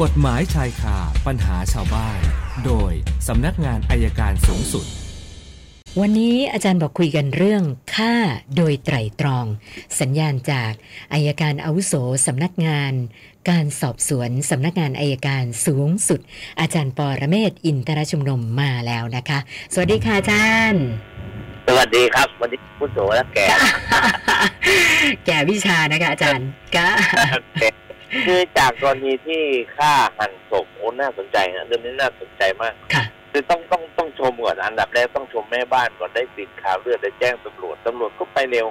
กฎหมายชายคาปัญหาชาวบ้าน โดยสำนักงานอายการสูงสุด วันนี้อาจารย์บอกคุยกันเรื่องฆ่าโดยไตร่ตรอง สัญญาณจากอายการอาวุโสสำนักงาน การสอบสวนสำนักงานอายการสูงสุด อาจารย์ปอระเมศวร์อินทรชุมนมมาแล้วนะคะ สวัสดีค่ะอาจารย์ สวัสดีครับ วันนี้คุณโสและ แก แก่วิชานะคะอาจารย์กะ คือจากกรณีที่ฆ่าหันศพโอ้น่าสนใจนะเรื่องนี้น่าสนใจมาก ค่ะ คือต้องต้องต้องชมก่อนอันดับแรกต้องชมแม่บ้านก่อนได้ปิดข่าวเลือดได้แจ้งตำรวจตำรวจก็ไปเร็ว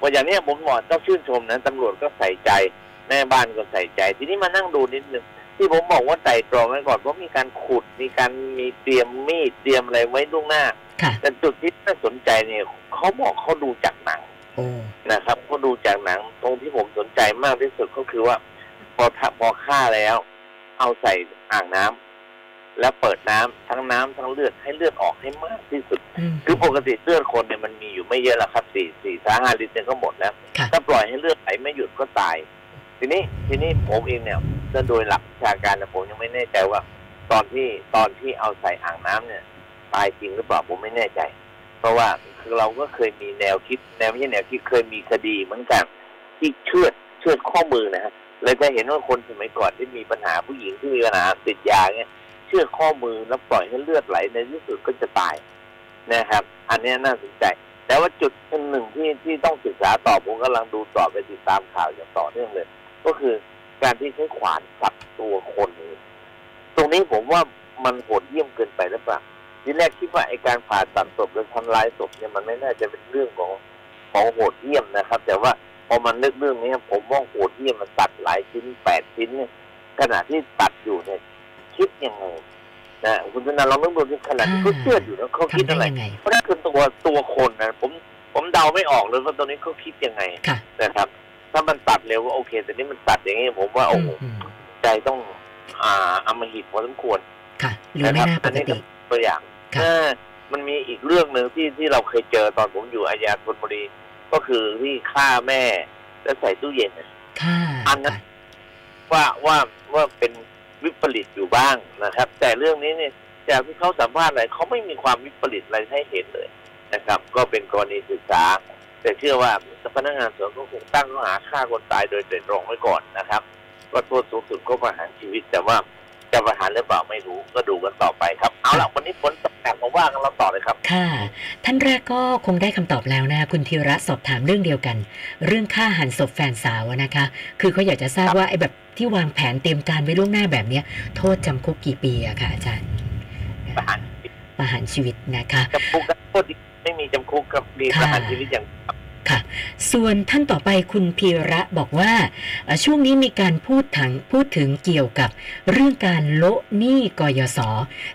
ว่าอย่างเนี้ยผมบอกต้องชื่นชมนะตำรวจก็ใส่ใจ แม่บ้านก็ใส่ใจ ทีนี้มานั่งดูนิดนึงที่ผมบอกว่าไต่ตรองไว้ก่อนเพราะมีการขุดมีการมีเตรียมมีดเตรียมอะไรไว้ล่วงหน้า ค่ะ แต่จุดที่น่าสนใจเนี่ยเขาบอกเขาดูจากหนัง โอ้ นะครับก็ดูจากหนังตรงที่ผมสนใจมากที่สุดก็คือว่า พอทะพอฆ่าแล้ว เอาใส่อ่างน้ำแล้วเปิดน้ำทั้งน้ำทั้งเลือดให้เลือดออกให้มากที่สุด อืม คือปกติเลือดคนเนี่ยมันมีอยู่ไม่เยอะหรอกครับสี่สี่สาห้าลิตรเนี่ยก็หมดแล้ว ค่ะ ถ้าปล่อยให้เลือดไหลไม่หยุดก็ตาย ทีนี้ทีนี้ผมเองเนี่ยจะโดยหลักวิชาการนะผมยังไม่แน่ใจว่า ตอนที่ตอนที่เอาใส่อ่างน้ำเนี่ย ตายจริงหรือเปล่าผมไม่แน่ใจ เพราะว่าคือเราก็เคยมีแนวคิดแนวไม่ใช่แนวคิดเคยมีคดีเหมือนกันที่เชือดเชือดข้อมือนะฮะเลยจะเห็นว่าคนสมัยก่อนที่มีปัญหาผู้หญิงที่มีปัญหาติดยาเนี่ยเชือดข้อมือแล้วปล่อยให้เลือดไหลในที่สุดก็จะตายนะครับ อันเนี้ยน่าสนใจ แต่ว่าจุดหนึ่งที่ที่ต้องศึกษาต่อผมกำลังดูต่อไปติดตามข่าวอย่างต่อเนื่องเลย ก็คือการที่ใช้ขวานสับตัวคน ตรงนี้ผมว่ามันโหดเยี่ยมเกินไปหรือเปล่า ทีแรกคิดว่าไอการผ่าตัดศพหรือทำลายศพเนี่ยมันไม่น่าจะเป็นเรื่องของของโหดเยี่ยมนะครับ แต่ว่าพอมันนึกเรื่องนี้ผมว่าโหดเยี่ยมมันตัดหลายชิ้นแปดชิ้นเนี่ยขณะที่ตัดอยู่เนี่ยคิดยังไงนะคุณธนาลองนึกดูที่ขณะที่เขาเชื่อดอยู่แล้วเขาคิด ทำได้ อะไร ยังไง เพราะนั่นคือตัวตัวคนนะผมผมเดาไม่ออกเลยว่าตอนนี้เขาคิดยังไง ค่ะ นะครับ ถ้ามันตัดเร็วก็โอเค แต่นี่มันตัดอย่างนี้ผมว่าโอ้โห อืม ใจต้อง อ่าอำมหิตพอสมควร ค่ะหรือ นะค ไม่ รั น่าป อัน ก นี้ ติ ตัวอย่าง ค่ะ เออมันมีอีกเรื่องหนึ่งที่ที่เราเคยเจอตอนผมอยู่อาญาธนบุรี ก็คือที่ฆ่าแม่แล้วใส่ตู้เย็นน่ะ ค่ะ อันนั้น ว่าว่าว่าเป็นวิปริตอยู่บ้างนะครับ แต่เรื่องนี้เนี่ยจากที่เขาสัมภาษณ์อะไรเขาไม่มีความวิปริตอะไรให้เห็นเลยนะครับ ก็เป็นกรณีศึกษา แต่เชื่อว่าพนักงานสวนก็คงตั้งข้อหาฆ่าคนตายโดยเจตรองไว้ก่อนนะครับก็โทษสูงสุดก็ประหารชีวิต แต่ว่าจะประหารหรือเปล่าไม่รู้ก็ดูกันต่อไปครับเอาละวันนี้ผลตกแต่งมาว่ากันเราต่อเลยครับ ค่ะ ท่านแรกก็คงได้คำตอบแล้วนะคะคุณธีระสอบถามเรื่องเดียวกัน เรื่องฆ่าหันศพแฟนสาวอะนะคะ คือเขาอยากจะทราบว่าไอ้แบบที่วางแผนเตรียมการไว้ล่วงหน้าแบบเนี้ย โทษจำคุกกี่ปีอะค่ะอาจารย์ ประหารชีวิต ประหารชีวิตนะคะ จำคุกโทษไม่มีจำคุกครับมีประหารชีวิตอย่างเดียว ส่วนท่านต่อไปคุณพีระบอกว่าเอ่อช่วงนี้มีการพูดถึงพูดถึงเกี่ยวกับเรื่องการโละหนี้กยศ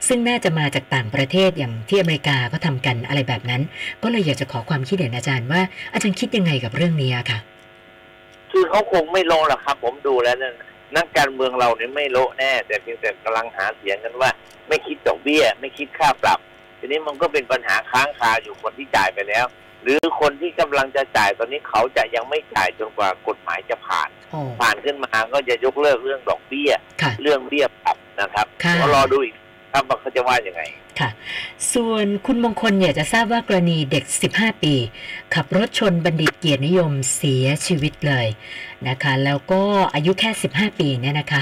ซึ่งน่าจะมาจากต่างประเทศอย่างที่อเมริกาก็ทำกันอะไรแบบนั้น ก็เลยอยากจะขอความคิดเห็นอาจารย์ว่าอาจารย์คิดยังไงกับเรื่องนี้อะค่ะ คือเขาคงไม่โลหรอกครับ ผมดูแล้วเนี่ยนักการเมืองเราเนี่ยไม่โละแน่ แต่เพียงแต่กำลังหาเสียงกันว่า ไม่คิดดอกเบี้ย ไม่คิดค่าปรับ ทีนี้มันก็เป็นปัญหาค้างคาอยู่คนที่จ่ายไปแล้ว หรือคนที่กำลังจะจ่ายตอนนี้เขาจะยังไม่จ่ายจนกว่ากฎหมายจะผ่าน โอ้ ผ่านขึ้นมาก็จะยกเลิกเรื่องดอกเบี้ย ค่ะ เรื่องเบี้ยปรับนะครับ ค่ะ ก็รอดูอีกครับว่าเขาจะว่ายังไง ส่วนคุณมงคลอยากจะทราบว่ากรณีเด็ก 15 ปี ขับรถชนบัณฑิตเกียรตินิยมเสียชีวิตเลยนะคะ แล้วก็อายุแค่ 15 ปีเนี่ยนะคะ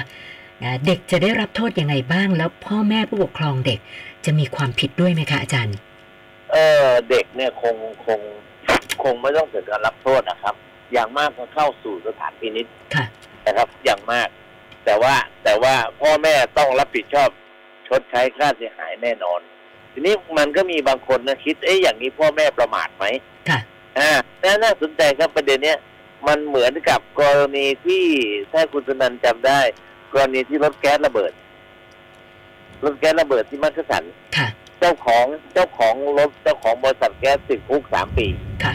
นะเด็กจะได้รับโทษยังไงบ้างแล้วพ่อแม่ผู้ปกครองเด็กจะมีความผิดด้วยไหมคะอาจารย์ เออเด็กเนี่ยคงคงคงไม่ต้องถึงการรับโทษนะครับ อย่างมากก็เข้าสู่สถานพินิจ ค่ะ นะครับอย่างมาก แต่ว่าแต่ว่าพ่อแม่ต้องรับผิดชอบชดใช้ค่าเสียหายแน่นอน ทีนี้มันก็มีบางคนนะคิดเอ๊ะอย่างนี้พ่อแม่ประมาทไหม ค่ะ อ่าน่าน่าสนใจครับประเด็นเนี้ยมันเหมือนกับกรณีที่ถ้าคุณสนันจำได้ กรณีที่รถแก๊สระเบิดรถแก๊สระเบิดที่มักกะสัน ค่ะ เจ้าของเจ้าของรถเจ้าของบริษัทแก๊สติดคุกสามปี ค่ะ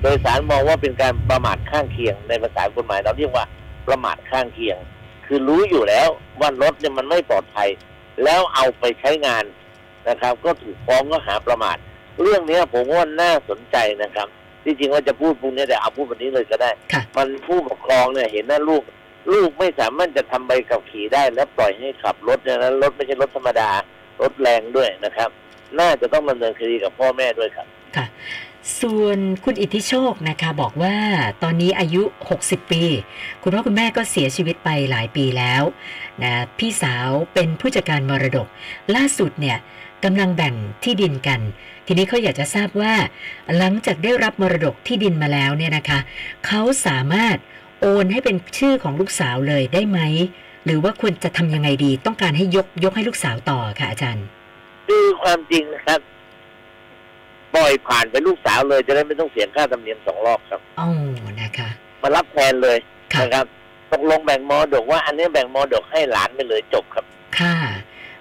โดยสารมองว่าเป็นการประมาทข้างเคียงในภาษากฎหมายเราเรียกว่าประมาทข้างเคียง คือรู้อยู่แล้วว่ารถเนี่ยมันไม่ปลอดภัย แล้วเอาไปใช้งานนะครับ ก็ถูกฟ้องก็หาประมาท เรื่องเนี้ยผมว่าน่าสนใจนะครับที่จริงว่าจะพูดพรุ่งนี้แต่เอาพูดวันนี้เลยก็ได้ ค่ะ มันผู้ปกครองเนี่ยเห็นหน้าลูก ลูกไม่สามารถจะทำใบขับขี่ได้ และปล่อยให้ขับรถเนี่ยนะรถไม่ใช่รถธรรมดา รถแรงด้วยนะครับ น่าจะต้องดำเนินคดีกับพ่อแม่ด้วยครับ ค่ะ ส่วนคุณอิทธิโชคนะคะบอกว่าตอนนี้อายุ 60 ปี คุณพ่อคุณแม่ก็เสียชีวิตไปหลายปีแล้วนะพี่สาวเป็นผู้จัดการมรดก ล่าสุดเนี่ยกำลังแบ่งที่ดินกัน ทีนี้เขาอยากจะทราบว่า หลังจากได้รับมรดกที่ดินมาแล้วเนี่ยนะคะเขาสามารถโอนให้เป็นชื่อของลูกสาวเลยได้ไหม หรือว่าควรจะทำยังไงดี ต้องการให้ยกยกให้ลูกสาวต่อค่ะอาจารย์ คือความจริงนะครับ ปล่อยผ่านไปลูกสาวเลยจะได้ไม่ต้องเสียค่าธรรมเนียมสองรอบครับ อ๋อนะคะ มารับแทนเลย ค่ะ นะครับตกลงแบ่งมอดกว่า อันนี้แบ่งมอดกให้หลานไปเลยจบครับ ค่า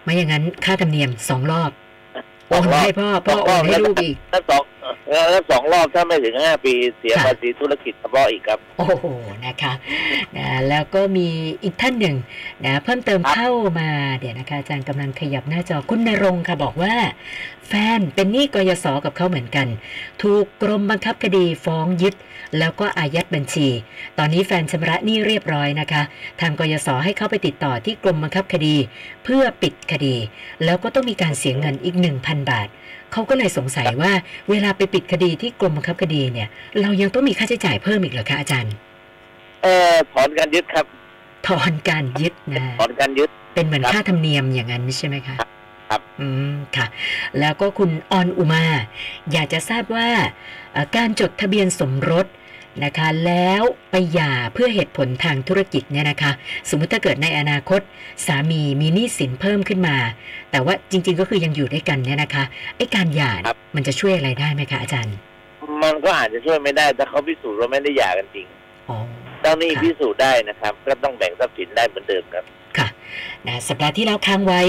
ไม่อย่างนั้นค่าธรรมเนียมสองรอบโอน รอบ ให้พ่อพ่อ สอง โอ รอบ นให้ลูกอีก ถ้าสองถ้าสองรอบถ้าไม่ถึงห้าปีเสีย ค่ะ ภาษีธุรกิจเฉพาะอีกครับ โอ้โหนะคะนะแล้วก็มีอีกท่านหนึ่งนะเพิ่มเติม ครับ เข้ามาเดี๋ยวนะคะอาจารย์กำลังขยับหน้าจอคุณนรงค์ค่ะบอกว่า แฟนเป็นหนี้กยศกับเขาเหมือนกัน ถูกกรมบังคับคดีฟ้องยึด แล้วก็อายัดบัญชี ตอนนี้แฟนชำระหนี้เรียบร้อยนะคะ ทางกยศให้เข้าไปติดต่อที่กรมบังคับคดี เพื่อปิดคดี แล้วก็ต้องมีการเสียเงินอีก 1,000 บาท เขาก็เลยสงสัยว่าเวลาไปปิดคดีที่กรมบังคับคดีเนี่ย เรายังต้องมีค่าใช้จ่ายเพิ่มอีกเหรอคะอาจารย์ เออถอนการยึดครับ ถอนการยึดนะ ถอนการยึด เป็นเหมือน ครับ ค่าธรรมเนียมอย่างนั้นใช่ไหมคะ ครับ อืมค่ะ แล้วก็คุณออนอุมา อยากจะทราบว่าเอ่อการจดทะเบียนสมรสนะคะ แล้วไปหย่าเพื่อเหตุผลทางธุรกิจเนี่ยนะคะ สมมติถ้าเกิดในอนาคต สามีมีหนี้สินเพิ่มขึ้นมา แต่ว่าจริง ๆ ก็คือยังอยู่ด้วยกันเนี่ยนะคะไอ้การหย่าเนี่ยมันจะช่วยอะไรได้ไหมคะอาจารย์ มันก็อาจจะช่วยไม่ได้ถ้าเขาพิสูจน์ว่าไม่ได้หย่ากันจริง อ๋อ เจ้าหนี้ ค่ะ พิสูจน์ได้นะครับ ก็ต้องแบ่งทรัพย์สินได้เหมือนเดิมครับ ค่ะนะสัปดาห์ที่แล้วค้างไว้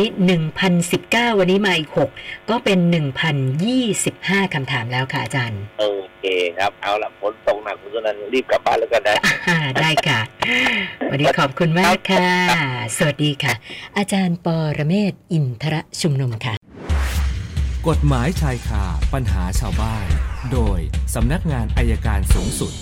1,019 วันนี้มาอีก 6 ก็เป็น 1,025คำถามแล้วค่ะอาจารย์ โอเคครับ เอาละฝนตกหนักคุณสุนันท์รีบกลับบ้านแล้วกันนะ อ่าได้ค่ะ วันนี้ขอบคุณมากค่ะ สวัสดีค่ะ อาจารย์ปอระเมศวร์อินทรชุมนุมค่ะ กฎหมายชายคาปัญหาชาวบ้าน โดยสำนักงานอายการสูงสุด